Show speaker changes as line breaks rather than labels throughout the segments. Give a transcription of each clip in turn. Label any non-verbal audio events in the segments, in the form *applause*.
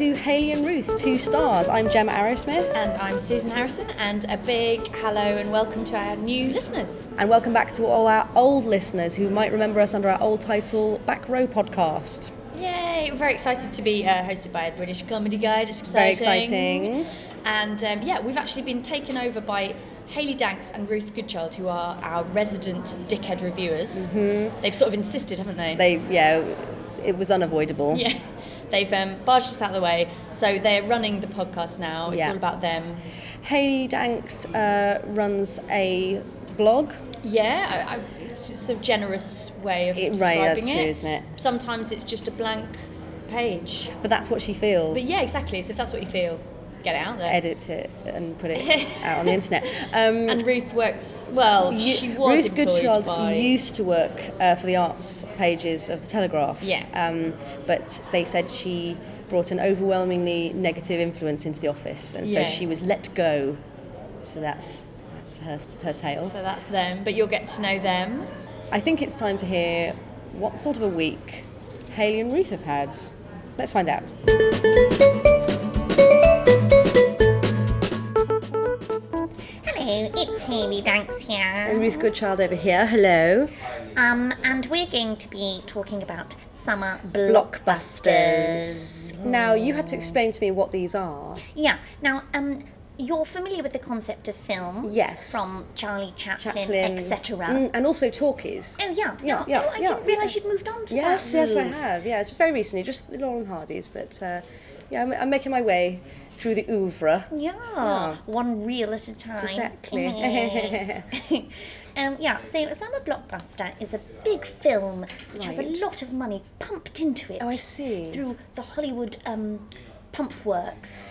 Alien Ruth, two stars. I'm Gemma Arrowsmith,
And I'm Susan Harrison, and a big hello and welcome to our new listeners.
and welcome back to all our old listeners who might remember us under our old title, Back Row Podcast.
Yay! We're very excited to be uh, hosted by a British comedy guide. It's
Very
exciting.
exciting.
And um, yeah, we've actually been taken over by Hayley Danks and Ruth Goodchild, who are our resident dickhead reviewers. They've sort of insisted, haven't they?
Mm-hmm. They, yeah, it was unavoidable.
yeah. *laughs* They've um, barged us out of the way, so they're running the podcast now. It's
Yeah.
all about them.
Hayley Danks uh, runs a blog.
Yeah, I, I, it's just a generous way of
It-
describing
right, that's
it.
true, isn't it?
Sometimes it's just a blank page.
But that's what she feels.
But yeah, exactly. So if that's what you feel, get it out there.
Edit it and put
*laughs*
it out on the internet. Um,
And Ruth works well.
You-
she was
Ruth
employed
Goodchild
by.
used to work uh, for the arts pages of the Telegraph.
Yeah.
Um, but they said she brought an overwhelmingly negative influence into the office, and so
Yeah.
she was let go. So that's that's her her tale.
So that's them. But you'll get to know them.
I think it's time to hear what sort of a week Haley and Ruth have had. Let's find out.
Hello, it's Hayley Danks here.
Ruth Goodchild over here. Hello.
Um, and we're going to be talking about summer blockbusters.
Blockbusters. Now you had to explain to me what these are.
Yeah. Now, um, you're familiar with the concept of film?
Yes.
From Charlie Chaplin,
Chaplin,
etc.
Mm, and also talkies.
Oh yeah.
Yeah,
no,
yeah,
oh, I
yeah,
didn't realise you'd moved on to
Yes,
that.
yes, I
move.
have. Yeah, it's just very recently, just Laurel and Hardy's, but uh, yeah, I'm, I'm making my way through the oeuvre.
Yeah, one reel at a
*laughs*
time.
Exactly.
um, yeah, so a summer blockbuster is a big film which has
Right.
a lot of money pumped into it.
Oh, I see.
Through the Hollywood um, pump works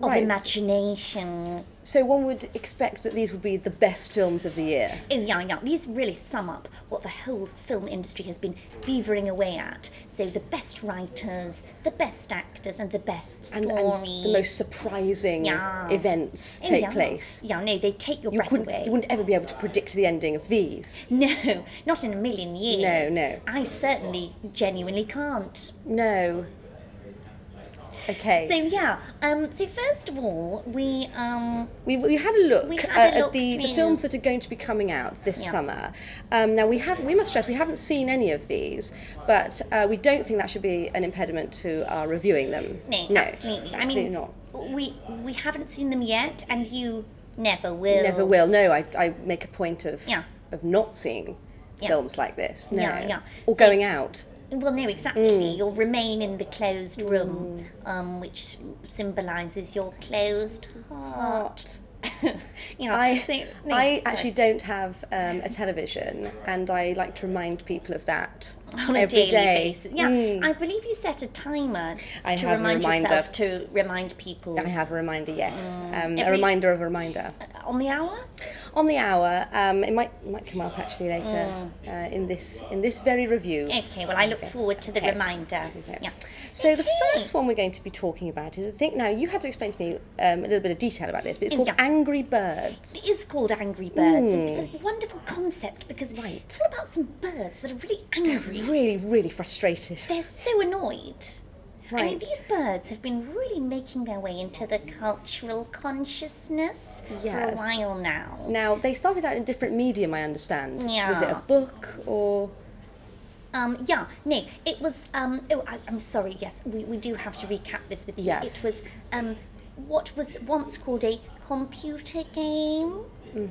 of
Right.
imagination.
So one would expect that these would be the best films of the year.
Oh, yeah, yeah, these really sum up what the whole film industry has been beavering away at. So the best writers, the best actors, and the best
And,
stories.
and the most surprising
Yeah.
events
Oh,
take
yeah.
place.
Yeah, no, they take your
You
breath
couldn't,
away.
you wouldn't ever be able to predict the ending of these.
No, *laughs* not in a million years.
no.
I certainly genuinely can't.
No. Okay.
So yeah, um, so first of all, we um,
We, we had a look
We had
uh,
a
at
look
the, the
through.
films that are going to be coming out this
Yeah.
summer. Um, now we have we must stress we haven't seen any of these, but uh, we don't think that should be an impediment to our reviewing them.
no,
no
absolutely. I
absolutely
mean,
not.
we we haven't seen them yet, and you never will.
Never will. No, I, I make a point of
Yeah.
of not seeing
Yeah.
films like this. No.
Yeah, yeah.
Or
So-
going out.
Well, no, exactly.
Mm.
You'll remain in the closed room, um, which symbolises your closed heart. *laughs* yeah,
I,
so- no,
I
sorry.
actually don't have um, a television, and I like to remind people of that
*laughs* on a
every
daily
day. Mm.
basis. Yeah, I believe you set a timer
I
to
have a
remind
reminder.
yourself to remind people
I have a reminder, yes. Um, a
Mm. Every-
reminder of a reminder.
on the hour.
on the hour. Um, it might it might come up actually later uh, in this in this very review.
Mm. Okay, well, I look forward to the reminder. Yeah.
So the first one we're going to be talking about is I think now you had to explain to me um, a little bit of detail about this, but it's called
Yeah.
Angry Birds.
It is Hmm. called Angry Birds. and It's a wonderful concept because it's all about some birds that are really angry.
Really, really frustrated.
They're so annoyed. I mean,
Right.
these birds have been really making their way into the cultural consciousness for a
Yes.
while now.
Now they started out in different medium, I understand. Was it a
Yeah.
book or
Um, yeah, no, it was. Um, oh, I, I'm sorry. Yes, we, we do have to recap this with you.
Yes.
It was um, what was once called a computer game.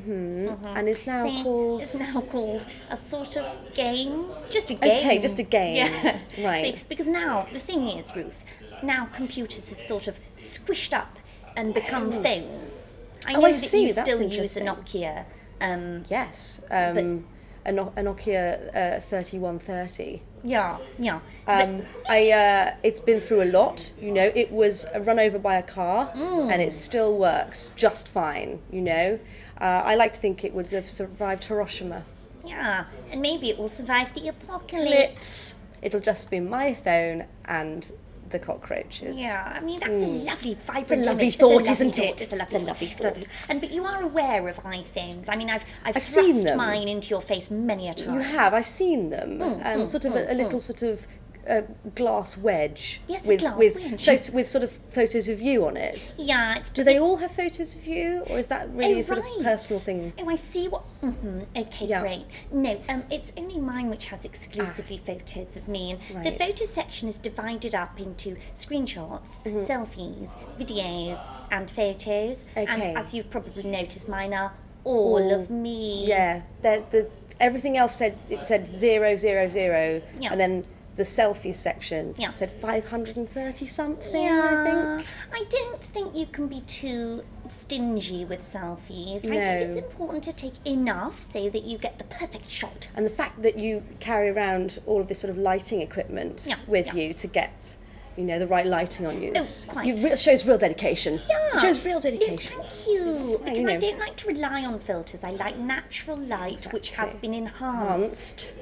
and it's now
Mm-hmm. It's
called
now called a sort of game. Just a game.
Okay, just a game.
Yeah.
*laughs* Right.
So, because now the thing is, Ruth, now computers have sort of squished up and become phones. I
Oh,
know
I
that
see,
you
that's
still use a
interesting.
Nokia. Um,
yes, um, a, no- a Nokia uh, thirty-one thirty.
yeah, yeah.
Um, I uh, it's been through a lot, you know. It was run over by a car,
Mm.
and it still works just fine, you know. Uh, I like to think it would have survived Hiroshima.
but, yeah, and maybe it will survive the apocalypse.
Lips. It'll just be my phone and the cockroaches.
Yeah, I mean that's a lovely, vibrant.
lovely
image.
thought,
lovely
isn't
thought.
it?
It's a lovely, thought. And but you are aware of iPhones. I mean, I've I've,
seen
thrust
them.
mine into your face many a time. Mm,
You have. I've seen them. um, sort of a, a little sort of a glass wedge
Yes, a
with
glass
with
wedge.
photo- with sort of photos of you on it.
Yeah, it's
Do they all have photos of you, or is that really a sort
Oh, right.
of personal thing?
Oh, I see what. hmm okay,
Yeah.
great. No, um, it's only mine which has exclusively photos of me, and the
Ah. Right.
photo section is divided up into screenshots,
Mm-hmm.
selfies, videos, and photos. And
Okay.
as you've probably noticed, mine are all
All-
of me.
Yeah, there, there's everything else said it said zero zero zero,
Yeah.
and then the selfie section
Yeah.
said five hundred and thirty something. I
Yeah,
think.
I don't think you can be too stingy with selfies. I think it's
No.
important to take enough so that you get the perfect shot.
And the fact that you carry around all of this sort of lighting equipment
Yeah,
with
yeah. Oh,
you to get, you know, the right lighting on you, is-
quite.
you re- shows real dedication.
Yeah.
It shows real
No,
dedication.
thank you. Because
you
I
know.
don't like to rely on filters. I like natural light, which has
Exactly.
been enhanced.
Enhanced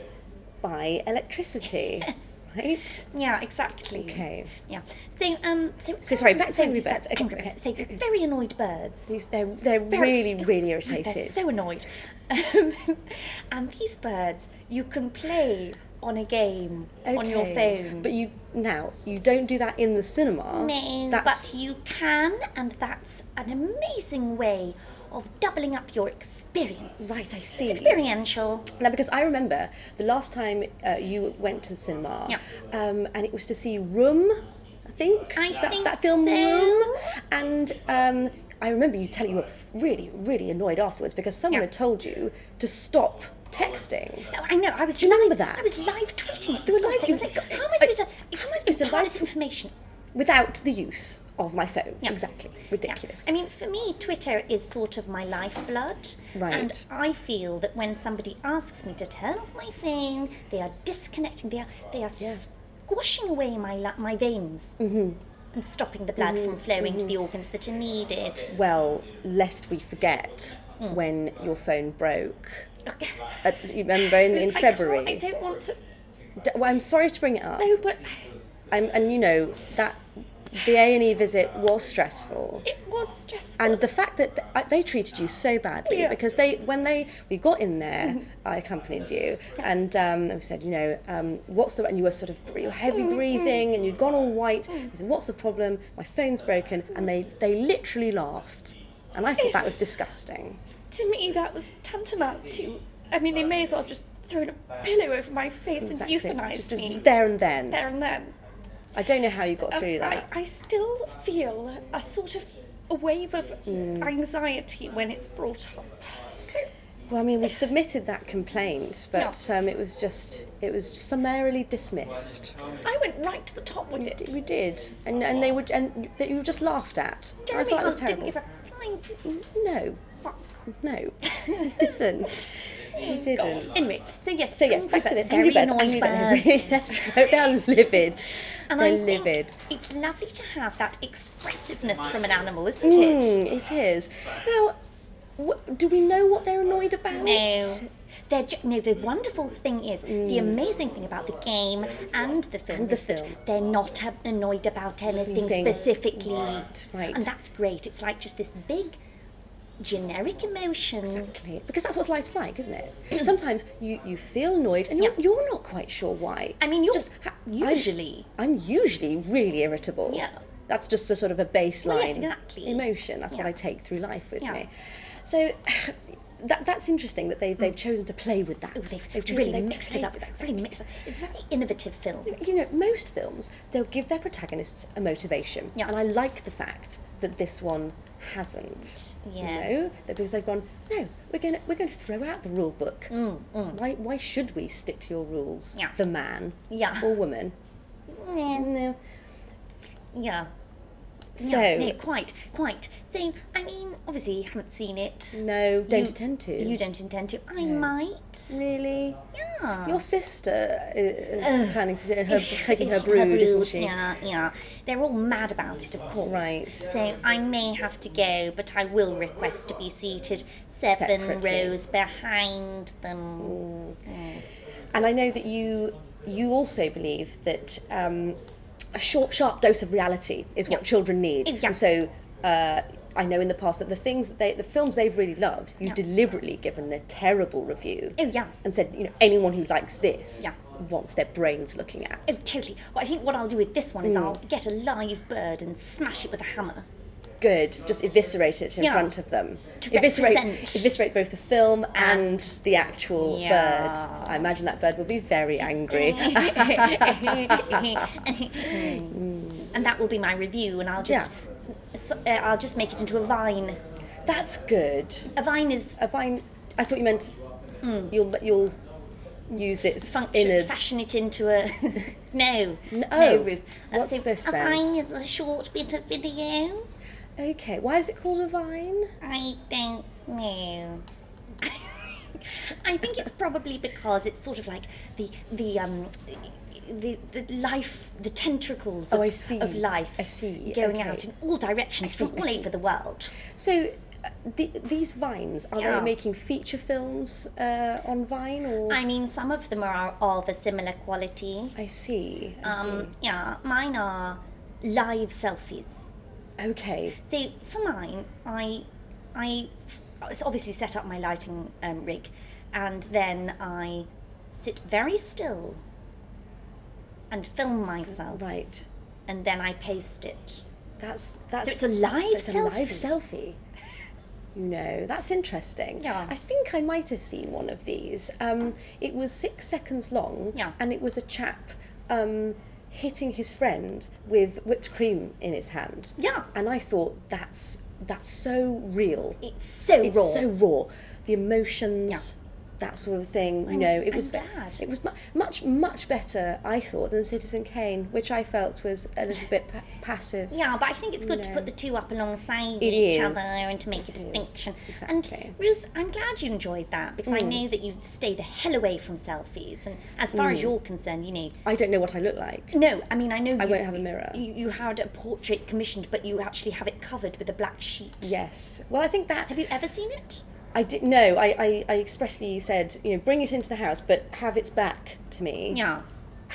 by electricity,
*laughs* Yes.
right?
Yeah, exactly.
Okay.
Yeah. So, um, so.
So sorry, back to
so
angry
you said
birds. Okay,
Angry
yes.
birds. So, very annoyed birds.
These, they're they're
Very-
really really
They're
irritated.
so annoyed. Um, *laughs* and these birds, you can play on a game on your
Okay.
phone.
But you now you don't do that in the cinema.
No, but you can, and that's an amazing way of doubling up your experience.
right. I see.
It's experiential.
Now, because I remember the last time uh, you went to the cinema,
Yeah.
um, and it was to see Room, I think.
I
that,
think
that film
so.
Room, and. Um, I remember you telling you were really, really annoyed afterwards because someone
Yeah.
had told you to stop texting.
Oh, I know. I was.
Do you remember
live-
that?
I was live tweeting it.
You were
for
live-
God's sake. It was
you-
like, how am I supposed to? How am I supposed to
live-
this information?
without the use of my phone.
Yeah.
Exactly.
Yeah.
Ridiculous.
I mean, for me, Twitter is sort of my lifeblood. And
Right.
I feel that when somebody asks me to turn off my phone, they are disconnecting. They are they are
Yeah. Mm-hmm.
squashing away my la- my veins and stopping the blood from flowing to the organs that are needed.
well, lest we forget
Mm.
when your phone broke. At, you remember in, in
I can't-
February?
I don't want to.
D- well, I'm sorry to bring it up.
No, but
I'm, and you know that the A and E visit was stressful,
it was stressful.
and the fact that th- I- they treated you so badly
Yeah. Mm-hmm.
because they when they we got in there, I accompanied you, and um, and we said, you know, um, what's the and you were sort of br- you were heavy
Mm-hmm.
breathing and you'd gone all white. I said, what's the problem? My phone's broken, and they they literally laughed, and I thought that was disgusting.
to me that was tantamount to I mean they may as well have just thrown a pillow over my face
Exactly.
and euthanized
Just
me
there and then.
there and then.
I don't know how you got
Um,
through that.
I, I still feel a sort of a wave of
Mm.
anxiety when it's brought up. So
Well, I mean, we submitted that complaint, but um, it was just it was summarily dismissed.
I went right to the top with
D-
it.
We did, and and they would and that you were just laughed at.
Jeremy
I thought it was
Hunt didn't
terrible.
give a flying
no,
fuck. Oh,
no, *laughs*
*laughs*
he didn't. He didn't.
Anyway,
So yes.
So yes,
angry
back to
bird-
the angry
very
birds.
annoyed
Angry
birds.
birds. *laughs* yes, so they are livid. *laughs*
And
They're
I think
livid.
it's lovely to have that expressiveness from an animal, isn't it?
Mm, it is. Now, wh- do we know what they're annoyed about?
No. They're ju- no, the wonderful thing is, the amazing thing about the game and the film
Mm. And the
is that
film.
they're not a- annoyed about anything
Anything.
specifically.
Right, right.
And that's great. It's like just this big generic emotion.
Exactly, Mm. because that's what life's like, isn't
*clears throat*
it? Sometimes you, you feel annoyed and you're,
Yeah.
you're not quite sure why.
I mean,
It's
you're
ha-
usually-
I'm, I'm usually really irritable.
Yeah.
That's just a sort of a baseline
exactly.
emotion. That's what
Yeah.
I take through life with
Yeah.
me. So *sighs* that, that's interesting that they've, they've chosen to play with that.
Oh, they've,
chosen-
really
they've
mixed it
played
up.
with that.
Really mixed it up. It's a very innovative film.
You know, most films, they'll give their protagonists a motivation.
Yeah.
And I like the fact that this one hasn't.
Yes.
You know, that because they've gone, no, we're going to we're gonna throw out the rule book. Why, why should we stick to your rules,
Mm, Yeah.
the man
Yeah.
or woman?
Yeah.
No.
yeah.
So,
no, quite, quite. So, I mean, obviously, you haven't seen it.
no, don't
You-
intend to.
You don't intend to. I might.
Really?
Yeah.
Your sister i- is planning to sit
*laughs*
her, taking her
Ugh,
brood, isn't
brood,
she?
Yeah, yeah. They're all mad about it, of course.
Right.
So I may have to go, but I will request to be seated seven
Separately.
rows behind them.
And I know that you you also believe that um, a short, sharp dose of reality is what children need.
Yeah.
And so uh, I know in the past that the things that they, the films they've really loved, you've deliberately given a terrible review
Oh yeah.
and said, you know, anyone who likes this
Yeah.
wants their brains looking at.
Oh, totally. Well, I think what I'll do with this one is I'll get a live bird and smash it with a
*laughs*
hammer. *laughs*
Good, just eviscerate it in
Yeah.
front of them.
To
Eviscerate,
represent. Ah.
eviscerate both the film and the actual
Yeah.
bird. I imagine that bird will be very
*laughs*
angry. *laughs*
and that will be my review, and I'll just so, uh, I'll just make it into a vine.
That's good.
A vine is
A vine. I thought you meant you'll you'll use its
Mm. function,
innards.
fashion it into a *laughs* no, no, Ruth. I'd
oh, What's
say
this
a
then?
vine is a short bit of video.
Okay, why is it called a vine?
I don't know. *laughs* I think it's probably because it's sort of like the the um the, the life the tentacles of,
Oh, I see.
of life
I see.
going
Okay.
out in all directions
see,
from
I
all
see.
over the world.
So. uh, The, these vines are
Yeah.
they making feature films uh, on Vine or?
I mean, some of them are of a similar quality.
I see. I
Um, yeah, mine are live selfies.
see. Okay.
So for mine, I, I s- obviously set up my lighting um, rig, and then I sit very still and film myself,
Right.
and then I post it.
That's that's.
it's a live
so it's a live
selfie.
selfie. You know, that's interesting.
Yeah.
I think I might have seen one of these. Um, it was six seconds long.
Yeah.
And it was a chap um, hitting his friend with whipped cream in his hand.
Yeah,
And I thought that's that's so real.
it's so
it's
raw.
so raw. The emotions, that sort of thing. you
I'm-
know, it
I'm
was ve-
glad.
it was mu- much much better, I thought, than Citizen Kane, which I felt was a little bit pa- passive.
yeah, but I think it's good to
No.
put the two up alongside
It
each
is.
other and to make a
It is.
distinction.
Exactly. Mm.
And Ruth, I'm glad you enjoyed that because I know that you stay the hell away from selfies. And as far as
Mm.
you're concerned, you know,
I don't know what I look like.
No, I mean I know
I
you,
won't have a mirror.
You, you had a portrait commissioned, but you actually have it covered with a black sheet.
Yes. Well, I think that
Have you ever seen it?
I did. No, I, I, I expressly said, you know, bring it into the house, but have its back to me.
Yeah.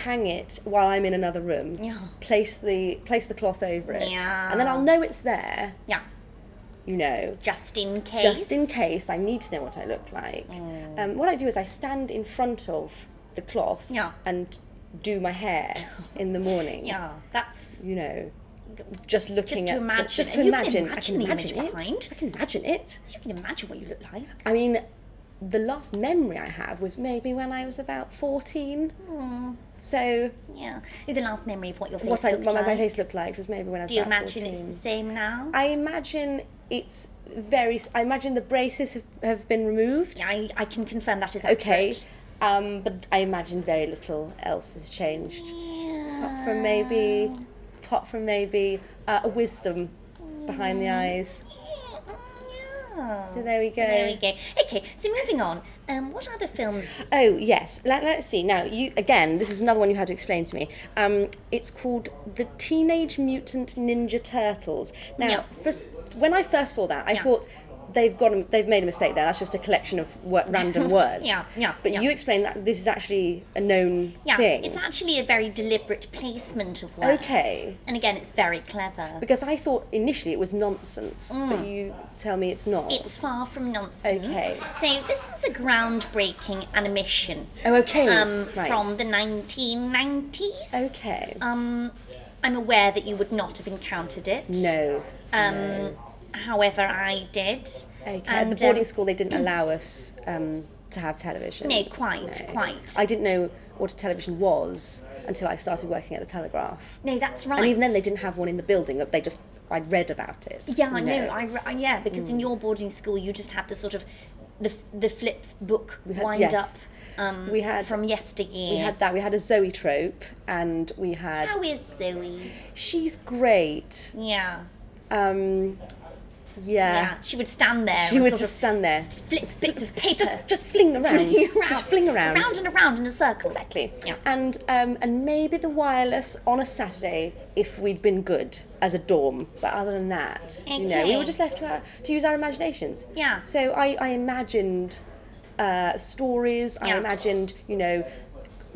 Hang it while I'm in another room.
Yeah.
Place the place the cloth over it.
Yeah.
And then I'll know it's there.
Yeah.
You know.
Just in case.
Just in case I need to know what I look like.
Mm.
Um, what I do is I stand in front of the cloth
Yeah.
and do my
*laughs*
hair in the morning.
Yeah. That's
You know, just looking
to
at
imagine.
just to
And you can
imagine. I
imagine
can
the image
imagine it.
behind.
I can imagine it.
so you can imagine what you look like.
I mean, the last memory I have was maybe when I was about 14. So,
Yeah. The last memory of what your face
what I,
Hmm. looked
what my,
like.
my face looked like was maybe when I was
Do you
about
imagine
14.
it's the same now?
I imagine it's very. s- I imagine the braces have, have been removed.
I, I can confirm that is accurate.
Okay. Um, but I imagine very little else has changed. Apart from maybe,
Uh.
apart from maybe uh, a wisdom behind
Mm.
the eyes.
Yeah.
So there we go.
There we go. Okay, so moving on. Um, what other films?
Oh yes, Let, let's see. Now you again. This is another one you had to explain to me. Um, it's called the Teenage Mutant Ninja Turtles. Now,
Yeah.
first, when I first saw that, I
Yeah.
thought they've got a, they've made a mistake there. That's just a collection of wo- random words.
*laughs* Yeah, yeah,
But
yeah.
you explained that this is actually a known
Yeah,
thing.
it's actually a very deliberate placement of words.
Okay.
And again, it's very clever.
because I thought initially it was nonsense, but you tell me it's not.
Mm. It's far from nonsense.
Okay.
So this is a groundbreaking animation
oh, okay.
um,
right.
from the 1990s.
okay.
Um, I'm aware that you would not have encountered it.
no.
Um, However, I did.
Okay.
And,
At the boarding
um,
school, they
*clears throat*
didn't allow us um, to have television.
No, quite, quite.
I didn't know what a television was until I started working at the Telegraph,
No, that's right.
and even then, they didn't have one in the building. They just I'd read about it.
Yeah, I
you
know. I, re- I- yeah, because
Hmm.
in your boarding school, you just had the sort of the, f- the flip book
had-
wind
yes.
up. Um,
We had-
from yesteryear.
we had that. We had a Zoe trope, and we had
How is Zoe?
she's great.
Yeah.
Um, yeah.
Yeah, she would stand there.
She
and
would
sort
just
of
stand there,
flip bits of paper. *laughs*
just just fling around,
Fling
just fling around.
Round and around in a circle.
Exactly.
Yeah.
And um, and maybe the wireless on a Saturday if we'd been good as a dorm. But other than that, you know, we
Okay.
were just left to our, to use our imaginations.
Yeah.
So I I imagined uh, stories. I
Yeah.
imagined you know.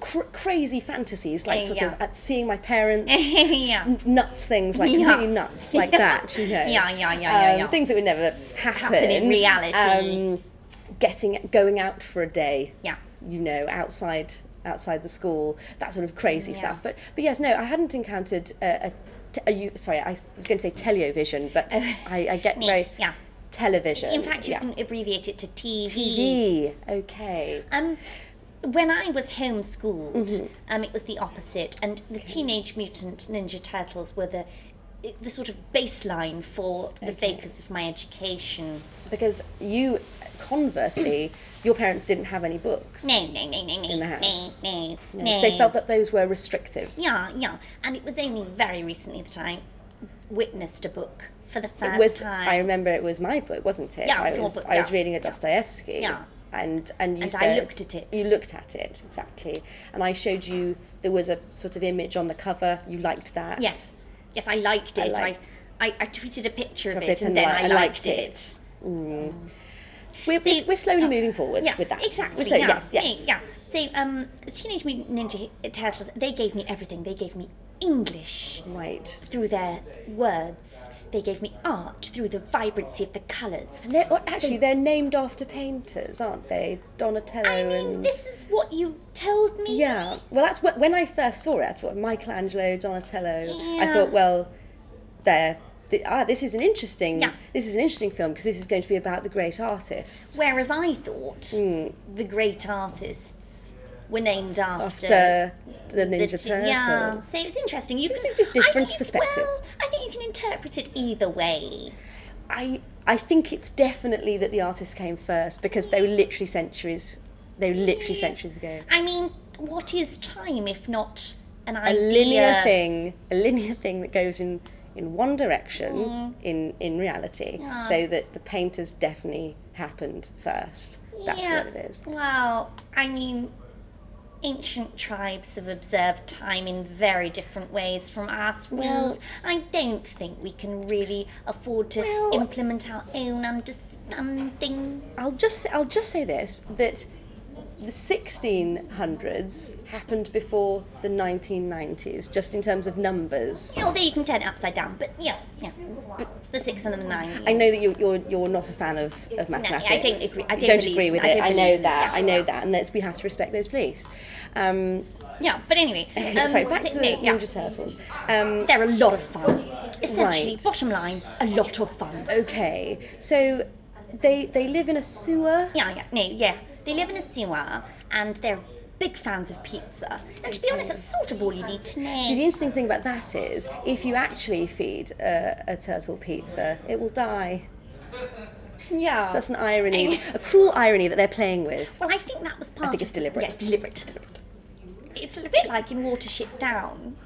Cr- crazy fantasies like
Yeah,
sort of
yeah.
uh, seeing my parents
*laughs* Yeah.
s- nuts things like
Yeah.
completely nuts
*laughs*
like that you know
Yeah, yeah, yeah, yeah,
Um,
yeah.
things that would never happen,
in reality.
um, getting going out for a day
Yeah.
you know, outside outside the school, that sort of crazy
Yeah.
stuff. But but yes, no, I hadn't encountered a. a te- a u- sorry, I s- was going to say television, but I, I get
Oh. Me,
very
yeah.
television.
In fact, you
yeah.
can abbreviate it to TV.
TV. Okay.
Um, when I was homeschooled,
Mm-hmm.
um, it was the opposite, and the Teenage Mutant Ninja Turtles were the the sort of baseline for the focus of my education.
Because you, conversely, your parents didn't have any books.
No, no, no, no, no,
the
no,
house.
no,
No,
no.
'cause They felt that those were restrictive.
Yeah, yeah, and it was only very recently that I witnessed a book for the first
it was,
time.
I remember it was my book, wasn't it?
Yeah,
I
it was your
was,
book,
I was
yeah.
reading a Dostoevsky.
Yeah.
And and you
And I
said-
looked at it.
You looked at it exactly, and I showed you there was a sort of image on the cover. You liked that.
Yes, yes, I liked
I
it. I,
liked-
I, I, tweeted a picture of
Of
it,
it
and
and
then
li-
I liked it. Um, uh,
We're, we're, we're slowly moving forward
Yeah,
with that.
exactly.
We're slowly-
yeah,
Yes. Yes.
Yeah. yeah. So, um, Teenage Mutant Ninja Turtles, they gave me everything. They gave me English
Right.
through their words. They gave me art through the vibrancy of the colours.
And they're- well, actually, they're named after painters, aren't they? Donatello
I mean,
and.
this is what you told me.
Yeah. Well, that's what, when I first saw it. I thought Michelangelo, Donatello. I
Yeah.
thought, well, there. th ah, this is an interesting.
Yeah.
This is an interesting film because this is going to be about the great artists.
Whereas I thought the great artists were named after,
Hmm. After the Ninja
t-
Turtles.
Yeah, so it's interesting. You
it's
can
just
I think
different
you-
perspectives.
Well, I think you can interpret it either way.
I I think it's definitely that the artists came first because they were literally centuries. They were literally centuries ago.
I mean, what is time if not an
A
idea?
linear thing, a linear thing that goes in in one direction in in reality.
Mm. Yeah.
So that the painters definitely happened first. That's
Yeah.
what it is.
Well, I mean, ancient tribes have observed time in very different ways from us.
Hmm.
Well, I don't think we can really afford to
Well-
implement our own understanding.
I'll just I'll just say this that the 1600s happened before the 1990s, just in terms of numbers.
Although you can turn it upside down, but yeah, yeah. the six and the nine.
I know that you're, you're, you're not a fan of, of mathematics.
I don't agree- I don't believe
agree
in-
with
I
it.
don't
I know
believe in
that.
that.
I know that. And that's, we have to respect those beliefs. Um, *laughs*
yeah, but anyway. um,
sorry, back
so-
to the
no, yeah.
Ninja Turtles. Um,
They're a lot of fun. Essentially,
Right.
bottom line, a lot of fun.
okay, so they, they live in a sewer.
Yeah, yeah, no, yeah. They live in a sewer and they're big fans of pizza. And to be honest, that's sort of all you need to
See, the
know.
interesting thing about that is if you actually feed a, a turtle pizza, it will die.
Yeah.
That's an
*laughs*
irony, a cruel irony that they're playing with.
well, I think that was part.
think it's
of-
deliberate.
Yeah, it's deliberate. It's deliberate. It's a bit like in Watership Down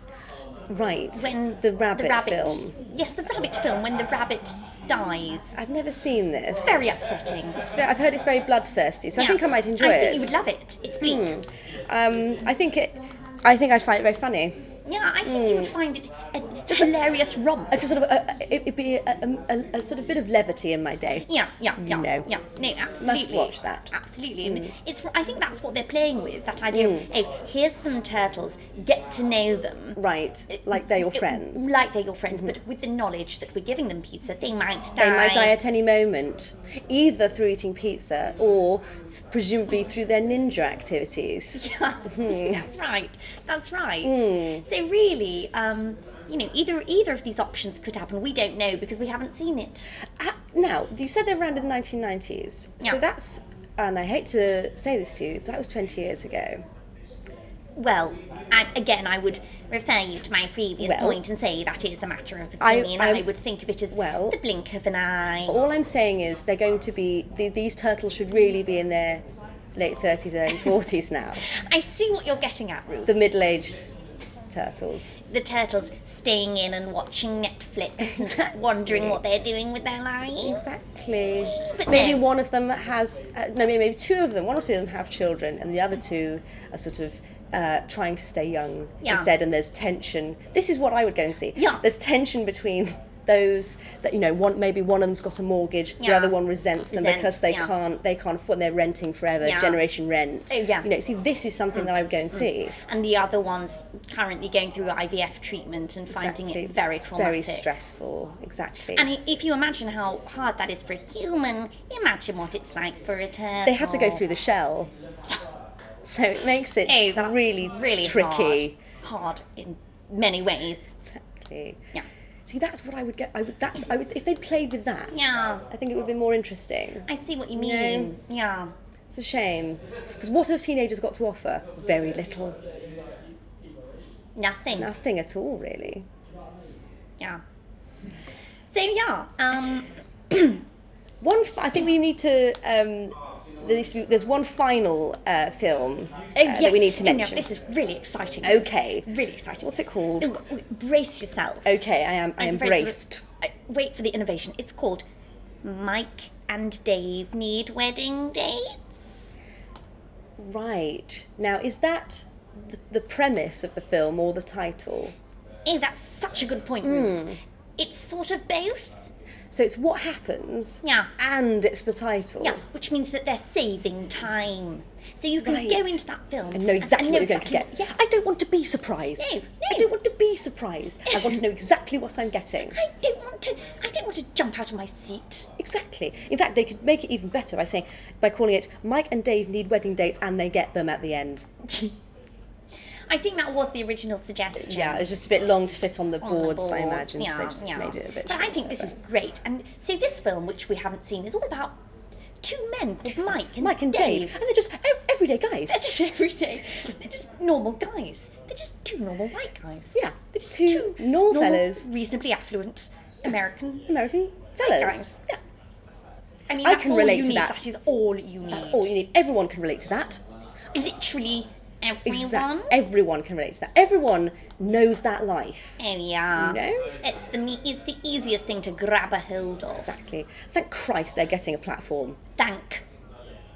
Right.
when
the rabbit, film.
Yes, the rabbit film when the rabbit dies.
I've never seen this.
Very upsetting.
I've heard it's very bloodthirsty, so I
Yeah.
think I might enjoy
I
it. Hmm.
think you would love it. It's bleak.
Um, I think it. I think I'd find it very funny.
Yeah, I think
Hmm.
you would find it a hilarious romp.
I'd just sort of uh, it, would be a, a, a, a sort of bit of levity in my day.
Yeah, yeah, yeah,
No.
yeah. No, absolutely.
watch that. Hmm.
Absolutely, and it's. I think that's what they're playing with. That idea of oh, here's some turtles. Get to know them.
Right, like they're your friends. Hmm.
Like they're your friends, but with the knowledge that we're giving them pizza, they might die.
They might die at any moment, either through eating pizza or th- presumably through their ninja activities.
*laughs* Yeah,
Hmm.
that's right. That's right. So really, um, you know, either either of these options could happen. We don't know because we haven't seen it.
Ah, Now, you said they're around in the 1990s, so
Yeah.
that's. And I hate to say this to you, but that was 20 years ago.
Well, I, again, I would refer you to my previous
Well-
point and say that is a matter of
I-
opinion.
I-
I, would think of it as
well- oh.
the blink of an eye.
All I'm saying is they're going to be. th- These turtles should really be in their late 30s, early 40s now.
I see what you're getting at, Ruth.
the
The,
middle-aged turtles.
turtles staying in and watching Netflix and wondering what they're doing with their lives.
Exactly.
But
maybe
no.
one of them has, uh, no, maybe, maybe two of them, one or two of them have children, and the other two are sort of uh, trying to stay young
Yeah.
instead. And there's tension. This is what I would go and see.
Yeah.
There's tension between those that you know. One maybe one of them's got a mortgage, the
Yeah.
other one resents them
Resents,
because they
yeah.
can't they can't afford. They're renting forever.
Yeah.
Generation rent.
Oh, yeah. Mm.
You know, see, this is something that I would go and see.
And the other one's currently going through IVF treatment and finding
Exactly.
it
Very
very traumatic.
stressful. Exactly.
And i- if you imagine how hard that is for a human, imagine what it's like for a turtle.
they have to go through the shell. *laughs* so it makes it
Oh, that's
really,
really
tricky.
Hard, hard in many ways.
Exactly.
Yeah.
See, that's what I would get. I would. That's. I would, if they played with that.
Yeah.
I think it would be more interesting.
I see what you mean. Yeah.
It's a shame because what have teenagers got to offer? Very little,
Nothing.
nothing at all, really.
Yeah. So yeah. Um.
One. F- I think we need to. Um, there needs to be, there's one final uh, film uh, that we need to
Oh, no,
mention.
this is really exciting.
okay.
Really exciting.
What's it called?
Oh, w- brace yourself.
Okay, I am. I am
It's very sort of-
braced.
I- wait for the innovation. It's called Mike and Dave Need Wedding Dates.
Right. Now, is that the, the premise of the film or the title?
Oh, that's such a good point,
Hmm.
Ruth. It's sort of both.
So it's what happens.
Yeah.
And it's the title.
Yeah, which means that they're saving time. So you can go
Right.
into that film
And know exactly what you're
exactly-
going to get. I don't want to be surprised.
No,
I
no.
don't want to be surprised. I want to know exactly what I'm getting.
Yeah, I don't want to. I don't want to jump out of my seat.
Exactly. In fact, they could make it even better by saying, by calling it Mike and Dave need wedding dates and they get them at the end.
I think that was the original suggestion.
Yeah, it was just a bit long to fit on the
on the
boards, I
boards.
imagine. so they
Yeah,
just
yeah.
made it a bit
But I think
shorter.
this is great. And so this film, which we haven't seen, is all about two men called Mike and
Mike and Dave. And they're just oh, everyday guys.
*laughs* They're just everyday. They're just normal guys. They're just two normal white guys.
Yeah,
They're just
two
two
normal
normal
fellas.
reasonably affluent American
American fellas.
guys.
Yeah.
I mean,
I
that's
can
all
relate
you
to
need.
that.
That is all you need.
That's all you need. Everyone can relate to that.
Literally everyone.
Exactly. Everyone can relate to that. Everyone knows that life.
Oh yeah.
You know?
It's the me- it's the easiest thing to grab a hold of.
Exactly. Thank Christ they're getting a platform.
Thank,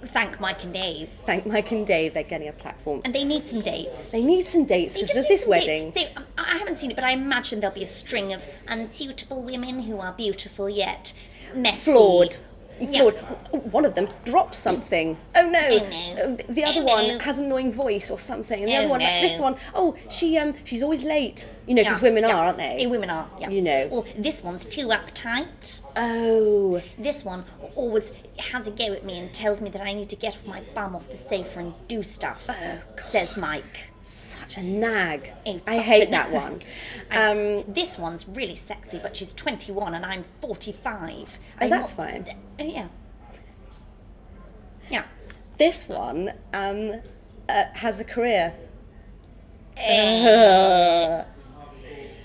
thank Mike and Dave,
Thank Mike and Dave they're getting a platform.
and they need some dates.
They need some dates
They
because
just
there's
need
this
some dates.
wedding.
So, um, I I haven't seen it, but I imagine there'll be a string of unsuitable women who are beautiful yet messy.
Flawed.
Yeah.
Flawed. Oh, One of them drops something. Oh no.
Oh, no.
Uh, th- The other
Oh,
one
no.
has an annoying voice or something. And the
Oh,
other one,
no.
this one, oh, she um she's always late. You know, because
Yeah,
women
yeah.
are, aren't they?
Yeah, Eh, women are. Yeah.
You know.
Or this one's too uptight.
Oh.
This one always has a go at me and tells me that I need to get off my bum off the sofa and do stuff.
Oh,
says Mike.
Such a nag.
Oh, such
I
a
hate that
*laughs* nag.
one. *laughs* Um,
And this one's really sexy, but she's 21 and I'm 45.
Oh,
I'm
that's fine.
Oh yeah. Yeah.
This one um, uh, has a career.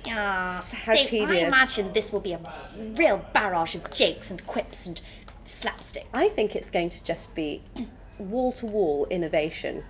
Yeah.
How
so I
tedious.
imagine this will be a real barrage of jokes and quips and slapstick.
I think it's going to just be *clears throat* wall to wall innovation.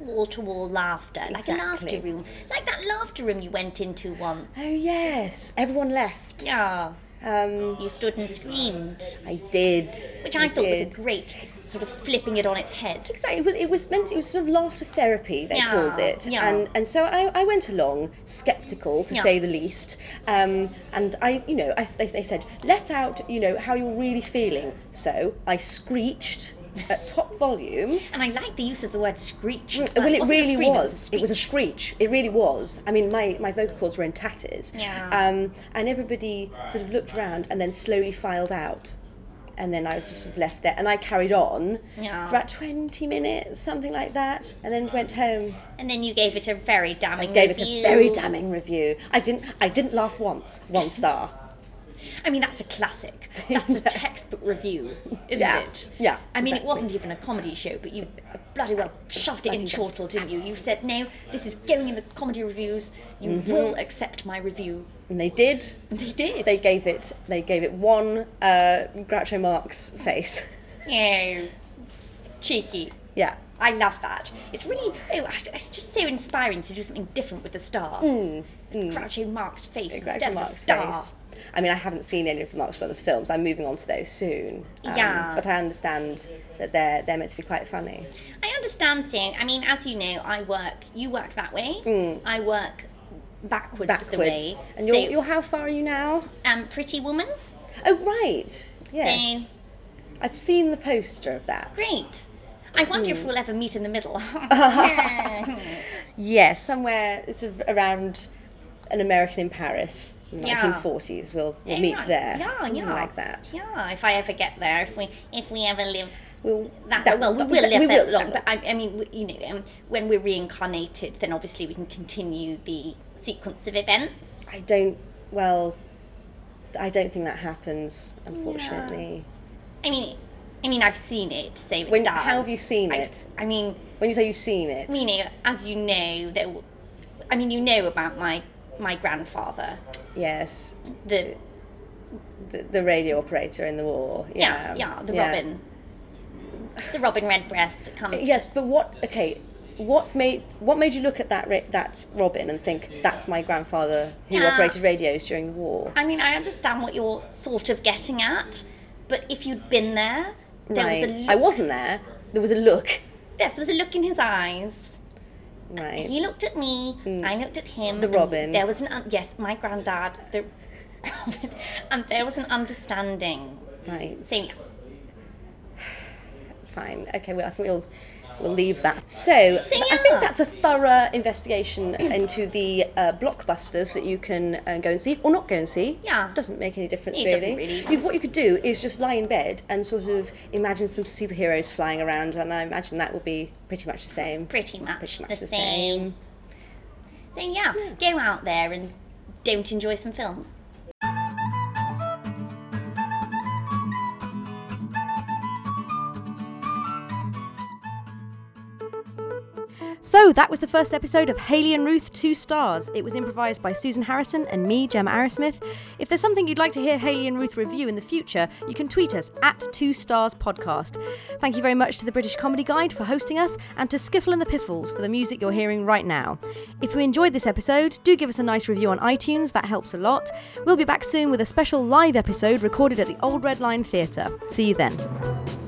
Wall to wall laughter. Like a
Exactly.
laughter room. Like that laughter room you went into once.
Oh, yes. Everyone left.
Yeah.
Um,
You stood and screamed.
I did.
Which I thought
did.
was a great sort of flipping it on its head.
Exactly. It was, it was meant. It was sort of laughter therapy. They
Yeah,
called it,
yeah.
and and so I, I went along skeptical to
Yeah.
say the least. Um, and I, you know, I, they, they said let out, you know, how you're really feeling. So I screeched at top volume.
And I like the use of the word screech. as
Well, it
wasn't a
really
scream,
was. It was a screech. It really was. I mean, my, my vocal cords were in tatters.
Yeah.
Um, and everybody sort of looked around and then slowly filed out. And then I was just sort of left there. And I carried on
Yeah.
for about 20 minutes, something like that. And then went home.
And then you gave it a very damning
Gave it
review.
a very damning review. I didn't, I didn't laugh once. One star.
I mean, that's
*laughs*
a classic. That's a textbook review, isn't
Yeah,
it?
yeah,
I mean, it
exactly.
wasn't even a comedy show, but you bloody well shoved it in chortle, didn't you? You said, no, this is going in the comedy reviews. You
Mm-hmm.
will accept my review.
And they did.
And they did.
They gave it, they gave it one uh, Groucho Marx face. *laughs*
Yeah. Cheeky.
yeah.
I love that. It's really, oh, it's just so inspiring to do something different with a star. Groucho Marx face instead
Mm, Groucho
of a
Marx
star.
face. I mean, I haven't seen any of the Marx Brothers films. I'm moving on to those soon. Um,
Yeah.
But I understand that they're they're meant to be quite funny.
I understand seeing. I mean, as you know, I work. You work that way. I work backwards, the way.
Mm. Backwards. And you're,
so,
you're how far are you now?
um, Pretty Woman.
Oh right. Yes.
So-
I've seen the poster of that.
Great. I wonder
Mm.
if we'll ever meet in
*laughs*
the middle. *laughs*
Yes, somewhere sort of around an American in Paris,
Yeah.
1940s. We'll, we'll meet
yeah,
there.
Yeah,
something
yeah.
Like that.
Yeah, if I ever get there, if we if we ever live
we'll
that,
that-
well, we
that-
will
that-
live
we
that
will-
long. But I, I mean, we- you know, um, when we're reincarnated, then obviously we can continue the sequence of events.
I don't. Well, I don't think that happens. Unfortunately,
I mean, I mean, I've seen it. So it
When-
does.
how have you seen
I've-
it?
I mean,
when you say you've seen it,
you know, as you know, there. w- I mean, you know about my my grandfather,
yes,
the
the, the radio operator in the war.
yeah,
Yeah,
yeah, the Robin, the Robin Redbreast that comes. to-
Yes, but what? Okay, what made what made you look at that ra- that Robin and think that's my grandfather who
Yeah.
operated radios during the war?
I mean, I understand what you're sort of getting at, but if you'd been there, there
right,
was a
I
look.
wasn't there. There was a look.
Yes, there was a look in his eyes.
Right.
He looked at me. I looked at him.
Mm. The
and
Robin.
There was an un- yes, my granddad. The *laughs* and there was an understanding.
Right.
So yeah,
Fine. Okay. Well, I think we'll we'll leave that. So th- I think
yeah.
that's a thorough investigation *clears throat* into the uh, blockbusters that you can uh, go and see or not go and see.
Yeah.
Doesn't make any difference
It
really.
doesn't really.
You, what you could do is just lie in bed and sort of imagine some superheroes flying around, and I imagine that will be pretty much the same.
pretty much,
Pretty much
the, same. So yeah, go out there and don't enjoy some films.
So that was the first episode of Haley and Ruth Two Stars. It was improvised by Susan Harrison and me, Gemma Arrowsmith. If there's something you'd like to hear Haley and Ruth review in the future, you can tweet us at Two Stars Podcast. Thank you very much to the British Comedy Guide for hosting us and to Skiffle and the Piffles for the music you're hearing right now. If you enjoyed this episode, do give us a nice review on iTunes, that helps a lot. We'll be back soon with a special live episode recorded at the Old Red Line Theatre. See you then.